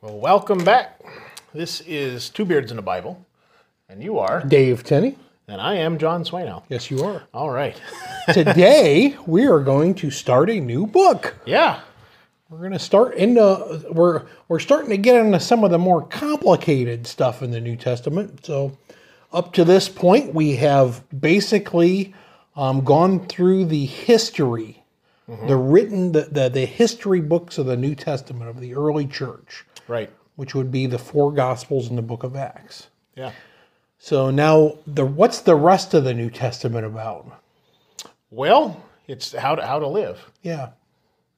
Well, welcome back. This is Two Beards in a Bible, and you are, Dave Tenney. and I am John Swainow. Yes, you are. All right. Today we are going to start a new book. Yeah. We're going to start into we're we're starting to get into some of the more complicated stuff in the New Testament. So up to this point, we have basically um, gone through the history, the written the, the the history books of the New Testament of the early church, Right. which would be the four Gospels and the Book of Acts. Yeah. So now the what's the rest of the New Testament about? Well, it's how to how to live. Yeah.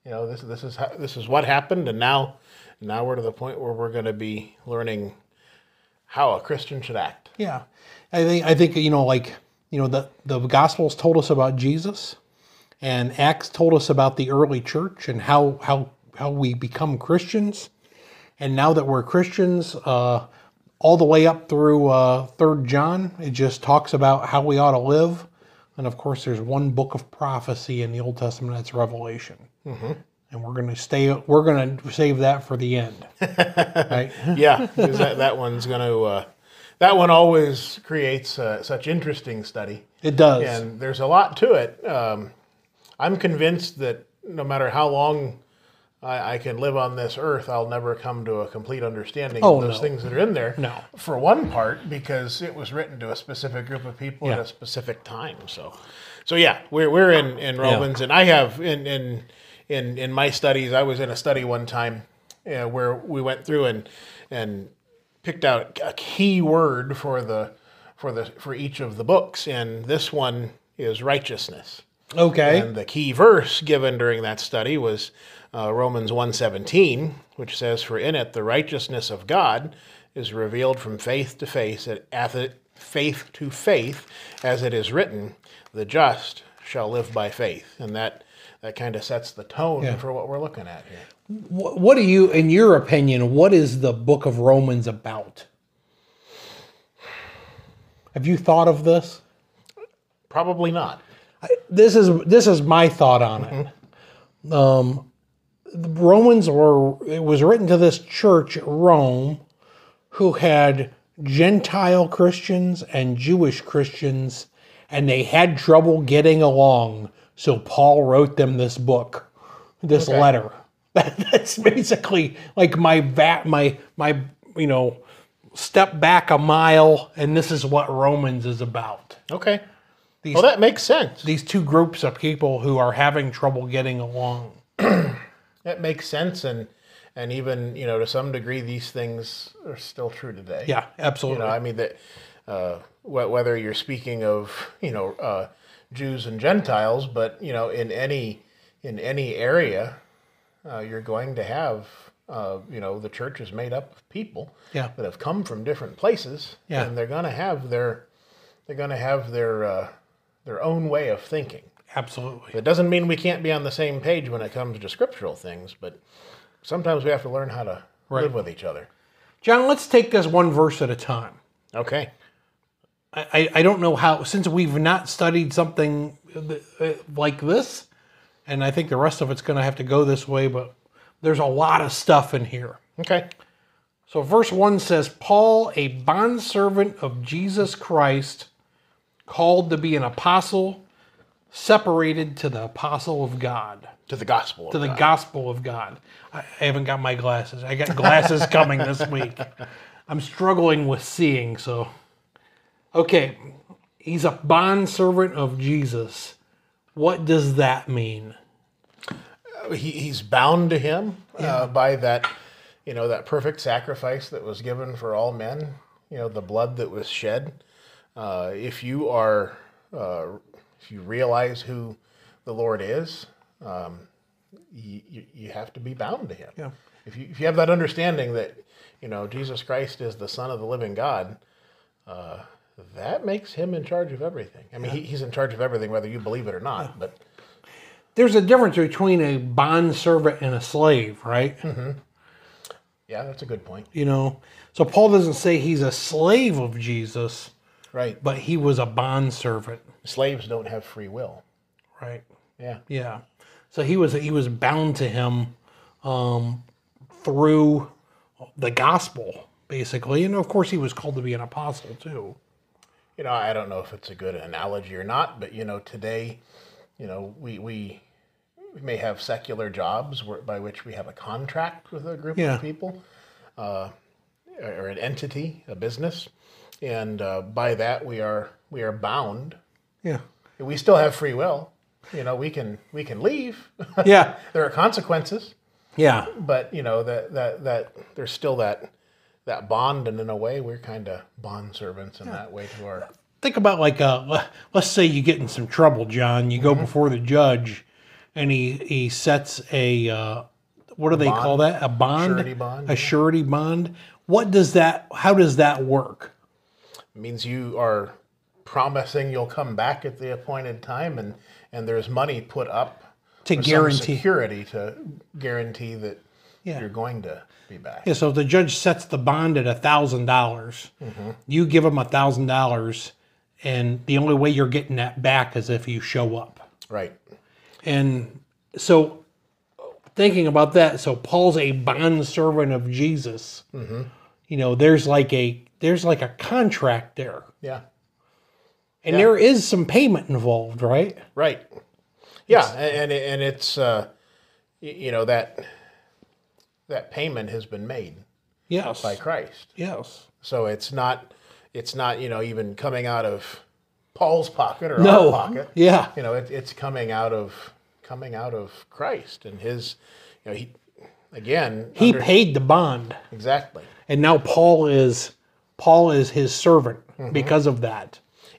You know, this this is how, this is what happened, and now now we're to the point where we're going to be learning how a Christian should act. Yeah, I think I think you know, like you know, the the Gospels told us about Jesus, and Acts told us about the early church and how how how we become Christians, and now that we're Christians, uh, all the way up through uh, Third John, it just talks about how we ought to live, and of course, there's one book of prophecy in the Old Testament that's Revelation. And we're gonna stay. We're gonna save that for the end, right? Yeah, 'cause that that one's going to uh, that one always creates uh, such interesting study. It does. and there's a lot to it. Um, I'm convinced that no matter how long I, I can live on this earth, I'll never come to a complete understanding Oh, of those no. things that are in there. No. For one part, because it was written to a specific group of people at Yeah. a specific time. So, so yeah, we're, we're in, in Romans, and I have in, in in in my studies, I was in a study one time uh, where we went through and and picked out a key word for the for the for each of the books, and this one is righteousness. okay. And the key verse given during that study was uh, Romans 1:17, which says, "For in it the righteousness of God is revealed from faith to faith, at- at the- faith to faith, as it is written, the just shall live by faith." And that that kind of sets the tone for what we're looking at here. What, what do you, in your opinion, what is the book of Romans about? Have you thought of this? Probably not. This is this is my thought on it. Um, the Romans were it was written to this church at Rome, who had Gentile Christians and Jewish Christians, and they had trouble getting along. So Paul wrote them this book, this letter. That's basically like my va- my my you know step back a mile, and this is what Romans is about Okay. well, that makes sense. these two groups of people who are having trouble getting along. That makes sense, and and even you know to some degree, these things are still true today. Yeah, absolutely. You know, I mean that uh, wh- whether you're speaking of you know uh, Jews and Gentiles, but you know in any in any area, uh, you're going to have uh, you know the church is made up of people Yeah. that have come from different places, Yeah. and they're going to have their they're going to have their uh, their own way of thinking. absolutely. It doesn't mean we can't be on the same page when it comes to scriptural things, but sometimes we have to learn how to live with each other. John, let's take this one verse at a time. Okay. I, I, I don't know how, since we've not studied something th- uh, like this, and I think the rest of it's going to have to go this way, but there's a lot of stuff in here. Okay. So, verse 1 says, Paul, a bondservant of Jesus Christ, called to be an apostle, separated to the apostle of God. To the gospel. to the gospel of God. I I haven't got my glasses. I got glasses coming this week. I'm struggling with seeing, so. Okay, he's a bondservant of Jesus. What does that mean? he, he's bound to him uh, by that, you know, that perfect sacrifice that was given for all men. You know, the blood that was shed. Uh, if you are, uh, if you realize who the Lord is, um, you, you, you have to be bound to Him. Yeah. If you if you have that understanding that, you know, Jesus Christ is the Son of the Living God. Uh, that makes him in charge of everything. I mean, he, he's in charge of everything, whether you believe it or not. But There's a difference between a bondservant and a slave, right? yeah, that's a good point. You know, so Paul doesn't say he's a slave of Jesus, Right. but he was a bondservant, slaves don't have free will. right? Yeah. Yeah. So he was he was bound to him um, through the gospel, basically. And of course, he was called to be an apostle too. you know, I don't know if it's a good analogy or not, but you know, today, you know, we we, we may have secular jobs where, by which we have a contract with a group Yeah. of people, uh, or an entity, a business, and uh, by that we are we are bound. Yeah. We still have free will. You know, we can we can leave. Yeah. there are consequences, Yeah. but you know that that that there's still that that bond, and in a way, we're kind of bond servants in that way to our. think about like uh let's say you get in some trouble john you go Mm-hmm. before the judge and he he sets a uh what do they call that a bond Surety bond, a surety bond what does that how does that work means you are promising you'll come back at the appointed time and and there's money put up to for some guarantee security to guarantee that Yeah. you're going to be back yeah so if the judge sets the bond at a thousand dollars you give him a thousand dollars and the only way you're getting that back is if you show up right And so, thinking about that, so Paul's a bond servant of Jesus. You know, there's like a there's like a contract there, yeah and there is some payment involved, right? right yeah a- and it- and it's uh y- you know that that payment has been made Yes. by Christ yes. so it's not it's not you know even coming out of Paul's pocket or No. our pocket Yeah. you know it, it's coming out of coming out of christ and his you know he again He paid the bond, exactly and now Paul is Paul is his servant because of that.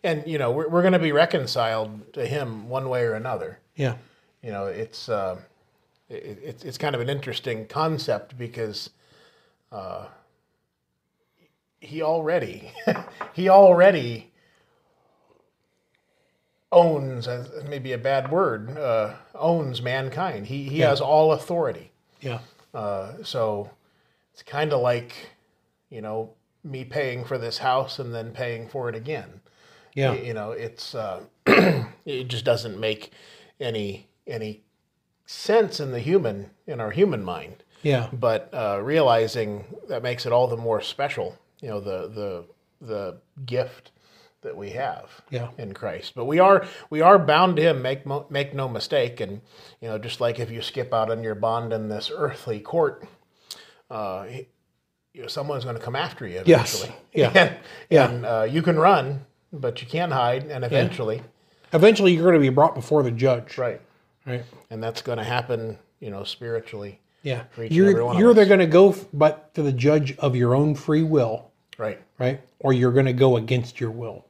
and you know we're, we're going to be reconciled to him one way or another Yeah. you know it's uh, it, it's it's kind of an interesting concept because uh, he already he already owns uh, maybe a bad word uh, owns mankind he he has all authority Yeah. So it's kind of like, you know, me paying for this house and then paying for it again. Yeah. You know, it's uh, it just doesn't make any any sense in the human in our human mind. Yeah. But uh, realizing that makes it all the more special. You know, the the the gift that we have Yeah. in Christ. But we are we are bound to Him. Make mo- make no mistake. And you know, just like if you skip out on your bond in this earthly court, uh, he- you know, someone's going to come after you Yes. eventually. Yeah. and, Yeah. and, uh, you can run, but you can't hide. And eventually, Eventually, you're going to be brought before the judge. right. Right. And that's going to happen. You know, spiritually. Yeah. each and every one You're of you're us. either going to go, f- but to the judge of your own free will. Right. right? Or you're going to go against your will,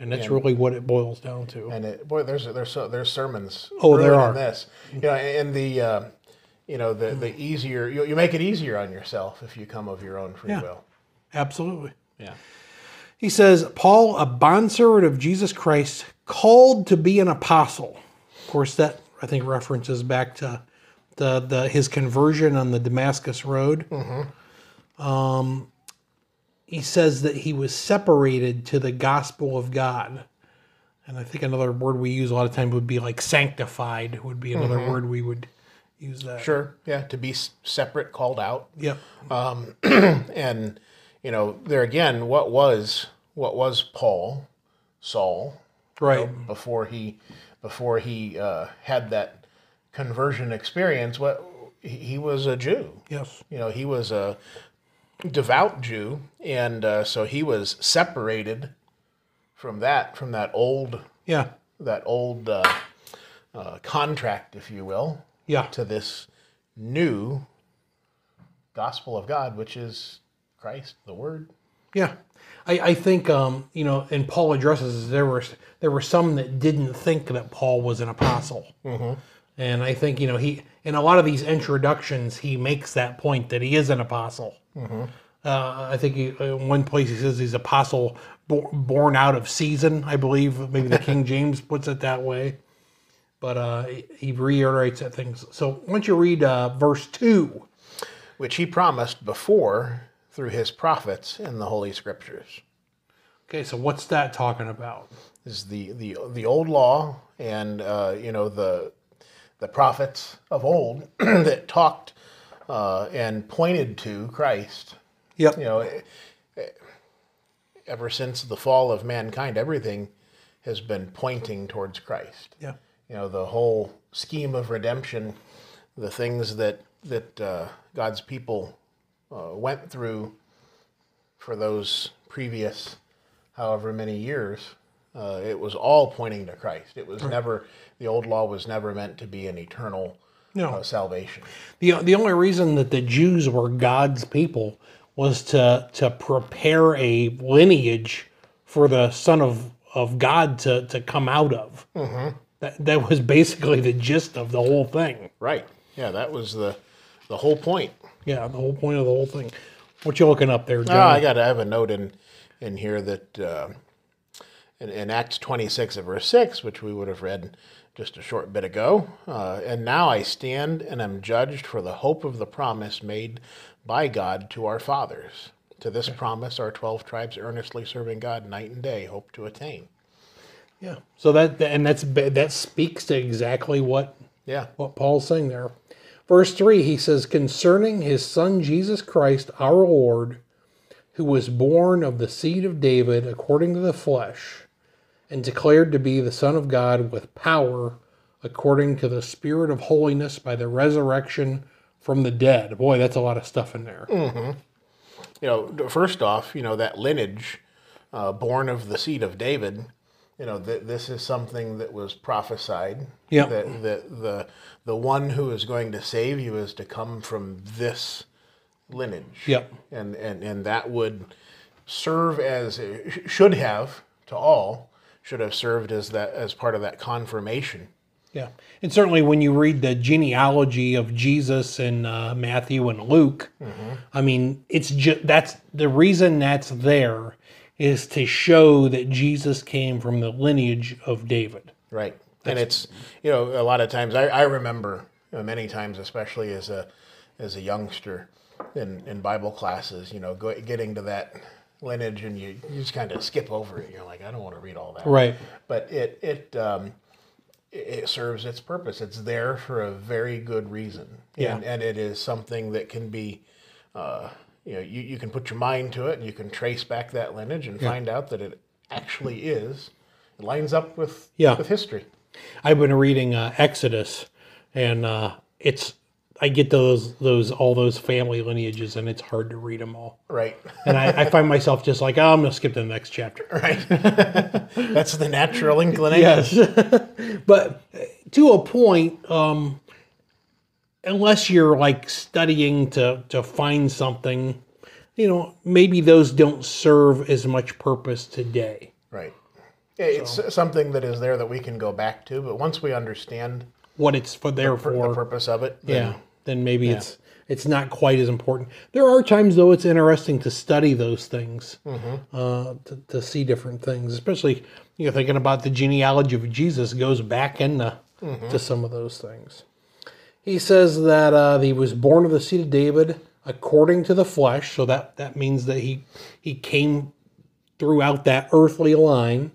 and that's really what it boils down to. and it, boy, there's there's so- there's sermons. Oh, there brewing in are. this, you know, and the uh, you know the the easier you, you make it easier on yourself if you come of your own free will. Absolutely. Yeah, He says, Paul, a bondservant of Jesus Christ, called to be an apostle. Of course, that I think references back to the, the his conversion on the Damascus Road. Um, he says that he was separated to the gospel of God. And I think another word we use a lot of times would be like sanctified, would be another word we would use that. sure. Yeah, to be s- separate, called out, Yep. and you know, there again, what was what was Paul, Saul, Right. before he before he uh, had that conversion experience? What he- he was a Jew. Yes. you know he was a devout jew and uh, so he was separated from that from that old Yeah. that old uh, uh, contract if you will Yeah. to this new gospel of god which is christ the word Yeah. I, I think um, you know, and Paul addresses there were there were some that didn't think that Paul was an apostle, and I think you know he in a lot of these introductions he makes that point that he is an apostle. Uh, I think he, in one place he says he's apostle bor- born out of season. I believe maybe the King James puts it that way, but uh, he- he reiterates that things. So once you read uh, verse two, which he promised before through his prophets in the holy scriptures okay, so what's that talking about? is the the, the old law and uh, you know the the prophets of old that talked uh, and pointed to Christ. Yep. You know, eh, eh, ever since the fall of mankind, everything has been pointing towards Christ. Yeah. You know, the whole scheme of redemption, the things that that uh, God's people uh, went through for those previous however many years, uh, it was all pointing to Christ. It was never the old law was never meant to be an eternal No. uh, salvation. The, the only reason that the Jews were God's people was to to prepare a lineage for the Son of, of God to, to come out of. That, that was basically the gist of the whole thing. Right. Yeah, that was the the whole point. Yeah, the whole point of the whole thing. What you looking up there, John? Ah, I got to have a note in in here that uh, in, in Acts 26 of verse 6, which we would have read just a short bit ago, uh, and now I stand and am judged for the hope of the promise made by God to our fathers. To this promise, our 12 tribes earnestly serving God night and day hope to attain. yeah. So that that- and that's ba- that speaks to exactly what Yeah. what Paul's saying there. Verse 3, he says, Concerning his son Jesus Christ, our Lord, who was born of the seed of David according to the flesh, and declared to be the Son of God with power according to the Spirit of holiness by the resurrection from the dead. Boy, that's a lot of stuff in there. you know, first off, you know that lineage, uh, born of the seed of David, you know, th- this is something that was prophesied. Yeah. That the the the one who is going to save you is to come from this lineage. Yep. And and and that would serve as it should have to all should have served as that as part of that confirmation. Yeah, and certainly when you read the genealogy of Jesus in uh, Matthew and Luke, I mean, it's just that's the reason that's there is to show that Jesus came from the lineage of David. Right. and it's you know a lot of times I, I remember you know, many times especially as a as a youngster in, in Bible classes you know go, getting to that lineage and you, you just kind of skip over it you're like I don't want to read all that Right. but it it um, it it serves its purpose it's there for a very good reason Yeah. and and it is something that can be uh, you know you, you can put your mind to it and you can trace back that lineage and find out that it actually is it lines up with Yeah. with history I've been reading uh, Exodus, and uh, it's I get those those all those family lineages, and it's hard to read them all. Right. And I, I find myself just like, oh, I'm gonna skip to the next chapter. That's the natural inclination. Yes. but uh, to a point, um, unless you're like studying to, to find something, you know, maybe those don't serve as much purpose today. Right. It's something that is there that we can go back to, but once we understand What it's for there the for, purpose of it, then yeah, then maybe it's it's not quite as important. There are times though it's interesting to study those things, uh, to, to see different things, especially you know thinking about the genealogy of Jesus goes back into to some of those things. He says that uh, he was born of the seed of David according to the flesh, so that that means that he he came throughout that earthly line.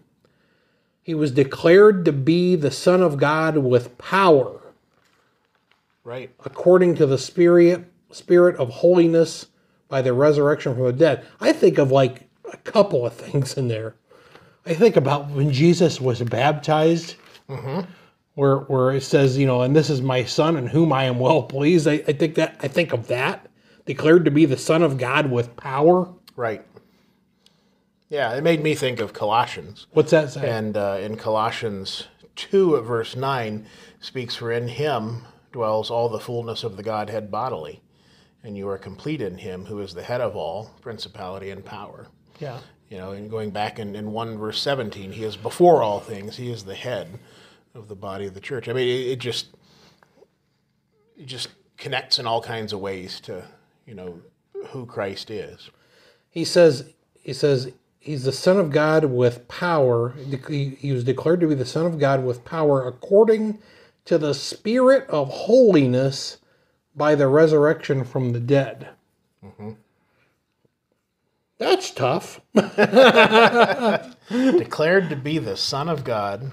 He was declared to be the Son of God with power right. according to the spirit spirit of holiness by the resurrection from the dead. I think of like a couple of things in there. I think about when Jesus was baptized, where where it says, you know, and this is my son in whom I am well pleased. I, I think that I think of that declared to be the son of God with power. Right. Yeah, it made me think of Colossians. What's that say? And uh, in Colossians 2, at verse 9, speaks for in him dwells all the fullness of the Godhead bodily, and you are complete in him who is the head of all principality and power. Yeah. You know, and going back in, in 1 verse 17, he is before all things, he is the head of the body of the church. I mean, it, it just it just connects in all kinds of ways to, you know, who Christ is. he says he says he's the son of god with power he, he was declared to be the son of god with power according to the spirit of holiness by the resurrection from the dead Mm-hmm. that's tough Declared to be the Son of God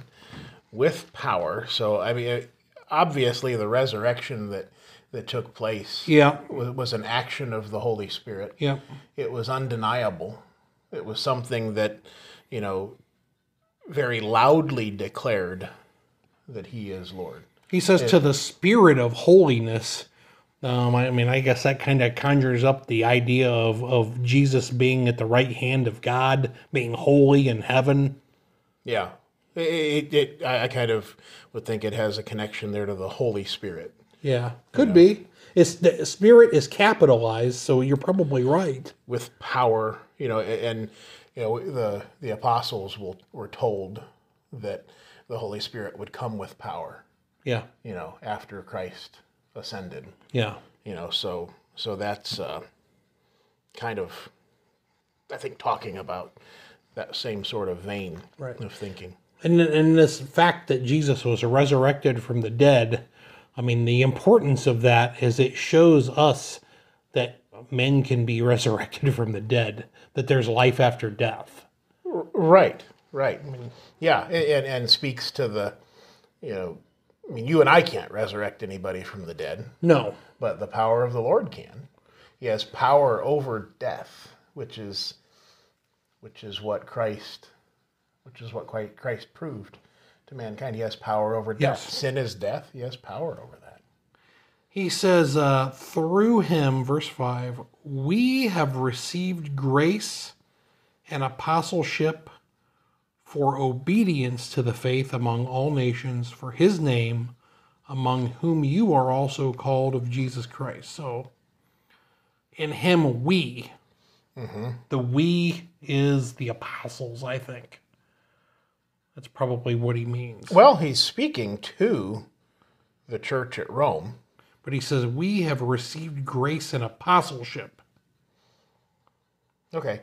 with power. So, I mean, obviously the resurrection that that took place Yeah. wa- was an action of the Holy Spirit. Yeah. It was undeniable. It was something that, you know, very loudly declared that he is Lord. He says to the spirit of holiness. Um, I mean, I guess that kind of conjures up the idea of, of Jesus being at the right hand of God, being holy in heaven. Yeah. It, it, it, I I kind of would think it has a connection there to the Holy Spirit. Yeah, could be. It's the spirit is capitalized, so you're probably right. with power, you know, a- and you know the the apostles will, were told that the Holy Spirit would come with power, Yeah, you know, after Christ ascended, yeah, you know, so so that's uh, kind of I think talking about that same sort of vein Right. of thinking. and and this fact that Jesus was resurrected from the dead. I mean, the importance of that is it shows us that men can be resurrected from the dead, that there's life after death. Right, right. I mean, yeah, a- and and speaks to the, you know, I mean, you and I can't resurrect anybody from the dead. No, but the power of the Lord can. He has power over death, which is which is what Christ which is what Christ- Christ proved to mankind. He has power over death. Yes. Sin is death. He has power over that. He says, uh, through him, verse 5, we have received grace and apostleship for obedience to the faith among all nations for his name, among whom you are also called of Jesus Christ. So, in him, we. The we is the apostles, I think. That's probably what he means. Well, he's speaking to the church at Rome. But he says, we have received grace and apostleship. Okay.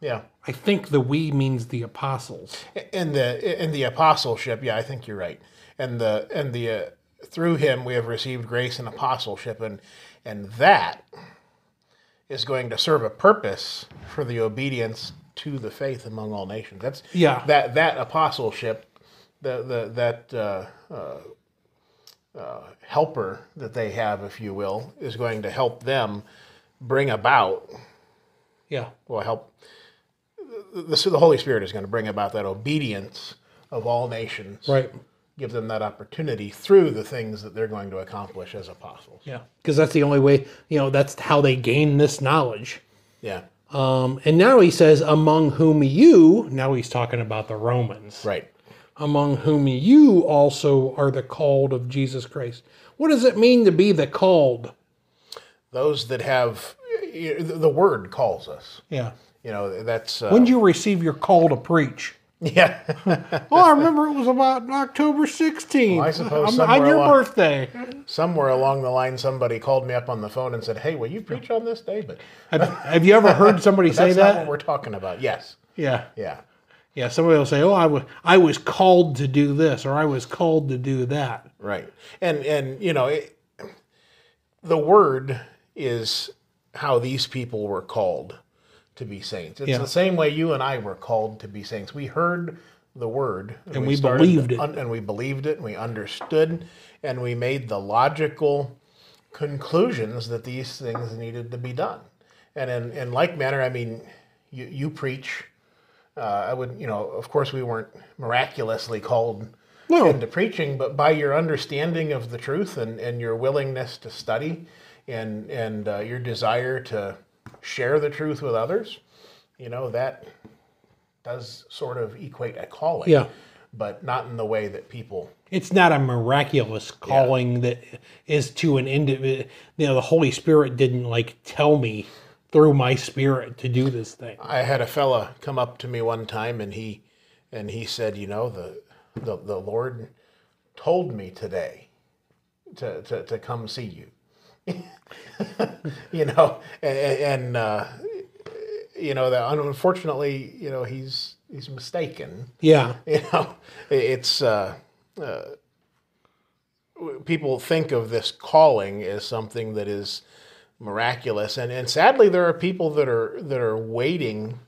Yeah. I think the we means the apostles. and the and the apostleship yeah i think you're right and the and the uh, through him we have received grace and apostleship and and that is going to serve a purpose for the obedience to the faith among all nations that's Yeah. that that apostleship the the that uh, uh, uh, helper that they have if you will is going to help them bring about Yeah. will help the, the Holy Spirit is going to bring about that obedience of all nations. Right. Give them that opportunity through the things that they're going to accomplish as apostles. Yeah. Because that's the only way, you know, that's how they gain this knowledge. Yeah. Um, and now he says, among whom you, now he's talking about the Romans, Right. among whom you also are the called of Jesus Christ. What does it mean to be the called? Those that have y- y- the word calls us. Yeah. You know, that's uh, When did you receive your call to preach? yeah. Oh, I remember it was about October 16th. I suppose on- on somewhere your along- birthday. Somewhere along the line, somebody called me up on the phone and said, "Hey, will you preach on this day?" But Have, have you ever heard somebody say that's not what that? we're talking about. Yes. Yeah. Yeah. Yeah, somebody will say, "Oh, I was I was called to do this, or I was called to do that." Right. And and you know, it, the word is how these people were called to be saints. It's Yeah. the same way you and I were called to be saints. We heard the word and, we believed it. un- and we believed it and we understood and we made the logical conclusions that these things needed to be done. And in, in like manner, I mean, you, you preach. Uh, I would, you know, of course, we weren't miraculously called No. into preaching, but by your understanding of the truth and, and your willingness to study and, and uh, your desire to share the truth with others, you know, that does sort of equate a calling, Yeah. but not in the way that people It's not a miraculous calling that is to an individual. You know, the Holy Spirit didn't like tell me through my spirit to do this thing. I had a fella come up to me one time and he and he said, you know, the the, the Lord told me today to, to, to come see you. you know, and, and uh, you know that unfortunately, you know, he's he's mistaken Yeah, you know it's uh, uh, people think of this calling as something that is miraculous and, and sadly there are people that are that are waiting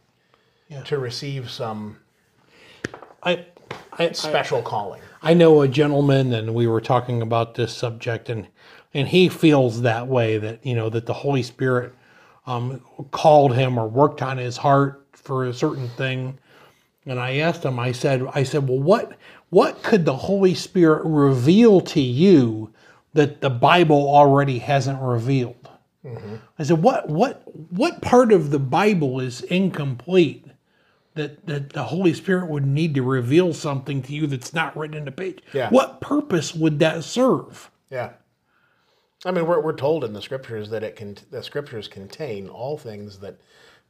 Yeah. to receive some I, I, I special calling I know a gentleman, and we were talking about this subject, and and he feels that way that you know that the Holy Spirit um, called him or worked on his heart for a certain thing. And I asked him, I said, I said, well, what what could the Holy Spirit reveal to you that the Bible already hasn't revealed? I said, what what what part of the Bible is incomplete that that the Holy Spirit would need to reveal something to you that's not written in the page? Yeah. What purpose would that serve? Yeah. I mean, we're, we're told in the scriptures that it can the scriptures contain all things that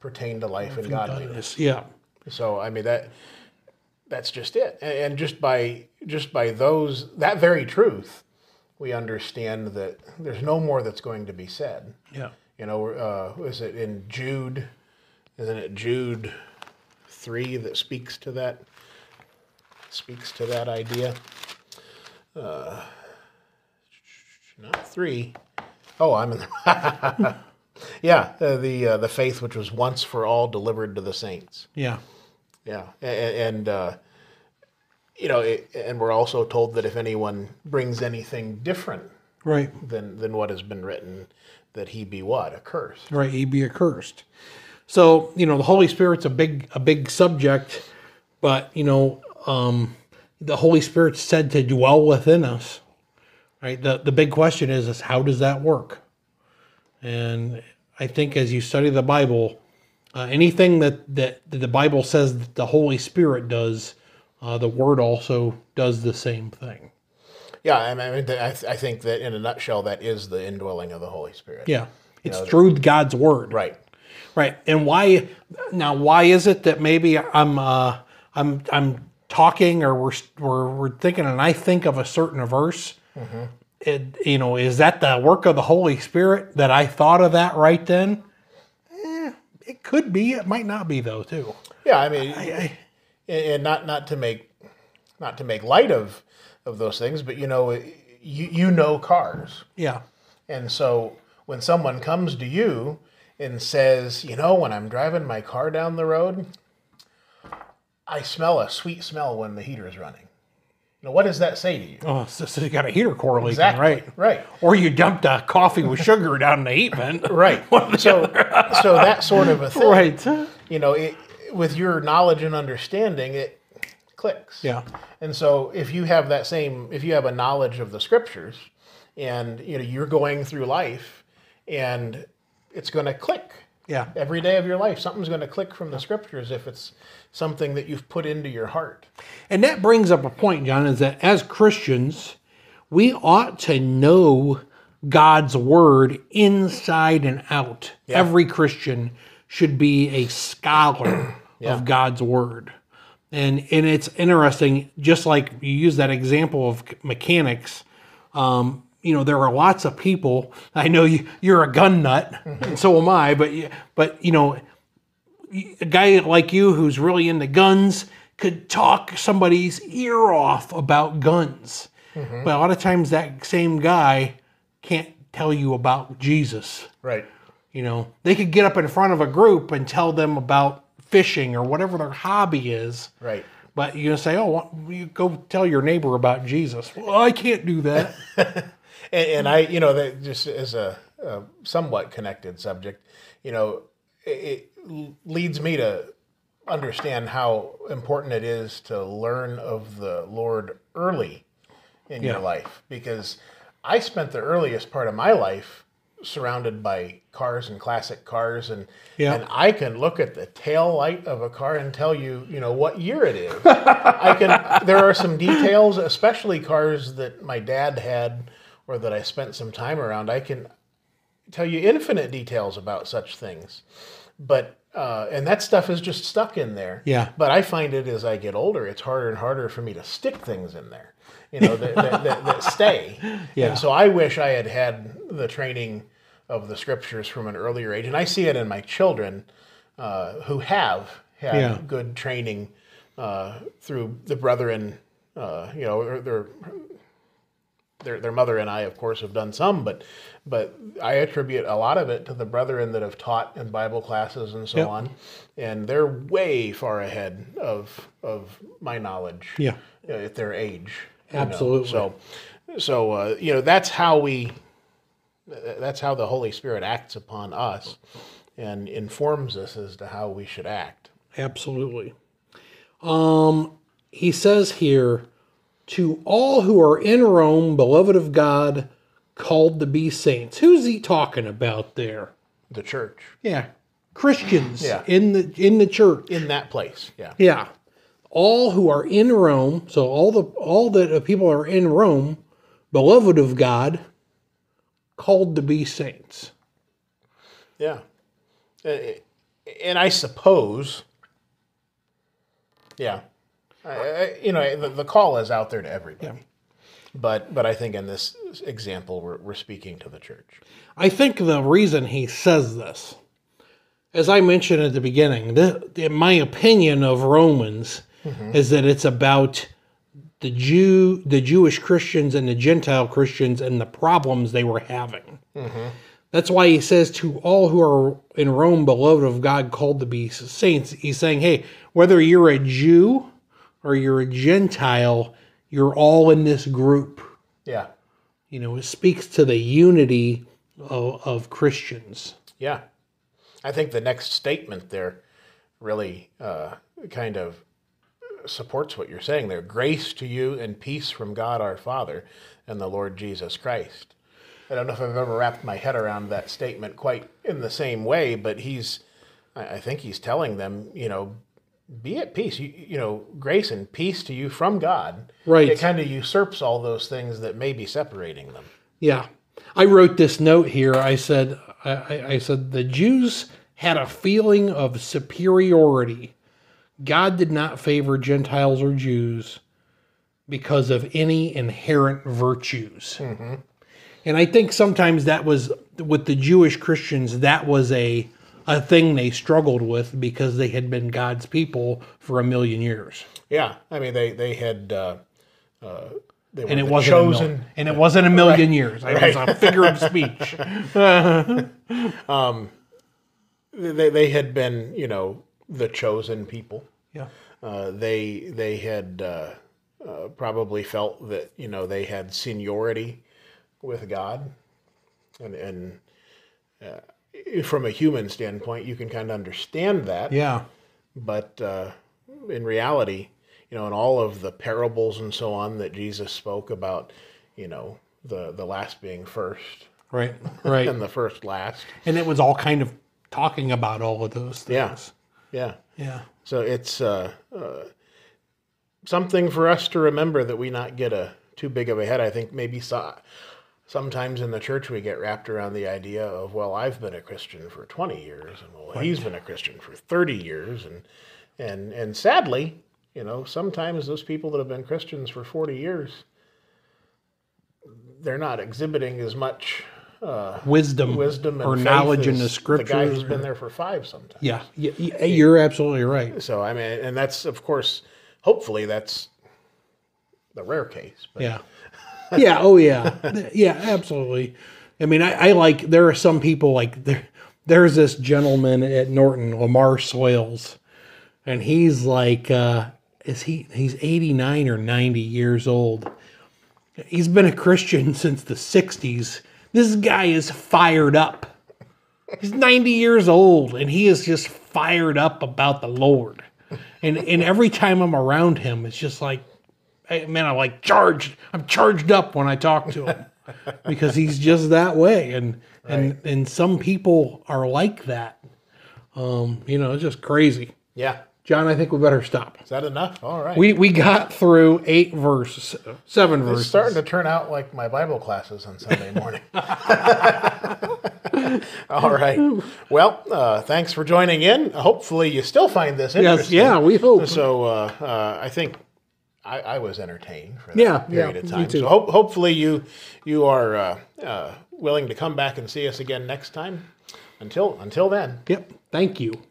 pertain to life and godliness. Yes, Yeah. So I mean that that's just it. And, and just by just by those that very truth, we understand that there's no more that's going to be said. Yeah. You know, uh, is it in Jude? Isn't it Jude three that speaks to that? Speaks to that idea. Uh, not three. Oh, I'm in. The yeah, uh, the uh, the faith which was once for all delivered to the saints. Yeah. Yeah, A- a- and uh, you know, it, and we're also told that if anyone brings anything different Right. than than what has been written, that he be what accursed. Right. He be accursed. So you know the Holy Spirit's a big a big subject, but you know um, the Holy Spirit's said to dwell within us. Right. The the big question is is how does that work? And I think as you study the Bible, uh, anything that, that that the Bible says that the Holy Spirit does, uh, the Word also does the same thing. Yeah, I mean, I mean, I, th- I think that in a nutshell, that is the indwelling of the Holy Spirit. Yeah. It's through God's Word. Right. Right. And why now why is it that maybe I'm uh I'm I'm talking or we're we're, we're thinking and I think of a certain verse it, you know is that the work of the Holy Spirit that I thought of that right then? Eh, it could be, it might not be though too. Yeah, I mean, I- and and not not to make not to make light of of those things, but you know, you you know cars. Yeah. And so when someone comes to you and says, you know, when I'm driving my car down the road, I smell a sweet smell when the heater is running. Now, what does that say to you? Oh, so, so you got a heater core leaking, right? Right. Or you dumped a coffee with sugar down in the heat vent. Right. so, so that sort of a thing. Right. You know, it, with your knowledge and understanding, it clicks. Yeah. And so if you have that same if you have a knowledge of the scriptures and you know you're going through life and it's going to click Yeah. every day of your life something's going to click from the scriptures if it's something that you've put into your heart. And that brings up a point, John, is that as Christians, we ought to know God's word inside and out. Every Christian should be a scholar of God's word. And and it's interesting, just like you use that example of mechanics, um, you know, there are lots of people. I know you, you're a gun nut, and so am I. But you- but you know, a guy like you who's really into guns could talk somebody's ear off about guns. But a lot of times that same guy can't tell you about Jesus. Right. You know, they could get up in front of a group and tell them about fishing or whatever their hobby is. Right. But you're gonna say, "Oh, well, you go tell your neighbor about Jesus." Well, I can't do that. and, and I, you know, that just is a, a somewhat connected subject. You know, it, it leads me to understand how important it is to learn of the Lord early in your life because I spent the earliest part of my life surrounded by cars and classic cars and Yeah. and I can look at the tail light of a car and tell you, you know, what year it is. I can there are some details, especially cars that my dad had or that I spent some time around. I can tell you infinite details about such things. But uh, and that stuff is just stuck in there. Yeah. But I find it as I get older, it's harder and harder for me to stick things in there, you know, that, that, that, that stay. Yeah. And so I wish I had had the training of the scriptures from an earlier age. And I see it in my children uh, who have had Yeah. good training uh, through the brethren, uh, you know, or their their their mother and I, of course, have done some, but but I attribute a lot of it to the brethren that have taught in Bible classes and so Yep. on, and they're way far ahead of of my knowledge. Yeah. uh, at their age. you know. Absolutely. So so uh, you know that's how we Th- That's how the Holy Spirit acts upon us and informs us as to how we should act. Absolutely. Um, he says here, to all who are in Rome, beloved of God, called to be saints. Who's he talking about there? The church Yeah, Christians Yeah. in the in the church. in that place. Yeah. Yeah, all who are in Rome. So all the all the people are in Rome, beloved of God, called to be saints. Yeah. Uh, And I suppose, yeah, I, I, you know, the, the call is out there to everybody. But, but I think in this example, we're, we're speaking to the church. I think the reason he says this, as I mentioned at the beginning, the, in my opinion of Romans is that it's about the Jew, the Jewish Christians and the Gentile Christians and the problems they were having. That's why he says to all who are in Rome, beloved of God, called to be saints. He's saying, hey, whether you're a Jew or you're a Gentile, you're all in this group Yeah. you know, it speaks to the unity of, of Christians. Yeah. I think the next statement there really uh, kind of supports what you're saying there. Grace to you and peace from God our Father and the Lord Jesus Christ. I don't know if I've ever wrapped my head around that statement quite in the same way, but he's, I I think he's telling them, you know, be at peace. You, you know, grace and peace to you from God. Right. It kind of usurps all those things that may be separating them. Yeah. I wrote this note here. I said, I, I- I said, the Jews had a feeling of superiority. God did not favor Gentiles or Jews because of any inherent virtues. And I think sometimes that was with the Jewish Christians, that was a, a thing they struggled with because they had been God's people for a million years. Yeah, I mean they they had uh, uh, they were and it the wasn't A mil- chosen. and it wasn't a million years. It was a figure of speech. They they had been you know the chosen people. yeah. Uh, they they had uh, uh, probably felt that you know they had seniority with God, and and uh, from a human standpoint, you can kind of understand that. Yeah. But uh, in reality, you know, in all of the parables and so on that Jesus spoke about, you know, the the last being first Right. Right. and the first last. and it was all kind of talking about all of those Yeah. things. Yeah. Yeah. Yeah. So it's uh, uh, something for us to remember that we not get a too big of a head. I think maybe so, sometimes in the church we get wrapped around the idea of well, I've been a Christian for twenty years, and well, he's been a Christian for thirty years, and and and sadly, you know, sometimes those people that have been Christians for forty years, they're not exhibiting as much Wisdom, wisdom and or faith knowledge in as the The guy who's scriptures. been there for five sometimes. yeah. Yeah, yeah. You're absolutely right. So I mean, and that's of course, hopefully that's the rare case. But Yeah. Yeah. Oh, yeah. yeah. Absolutely. I mean, I, I like, there are some people like, there, there's this gentleman at Norton, Lamar Soils, and he's like, uh, is he, he's 89 or 90 years old. He's been a Christian since the 60s. This guy is fired up. He's 90 years old and he is just fired up about the Lord. And, and every time I'm around him, it's just like, Hey, man, I'm like charged. I'm charged up when I talk to him because he's just that way. And and and some people are like that. Um, you know, it's just crazy. yeah, John, I think we better stop. is that enough? All right, We we got through eight verses, seven verses. it's starting to turn out like my Bible classes on Sunday morning. All right. Well, uh, thanks for joining in. Hopefully, you still find this yes, interesting. yeah, we hope. So uh, uh, I think I, I was entertained for that Yeah, period yeah, of me time. too. So ho- hopefully you you are uh, uh, willing to come back and see us again next time. Until until then. Yep. Thank you.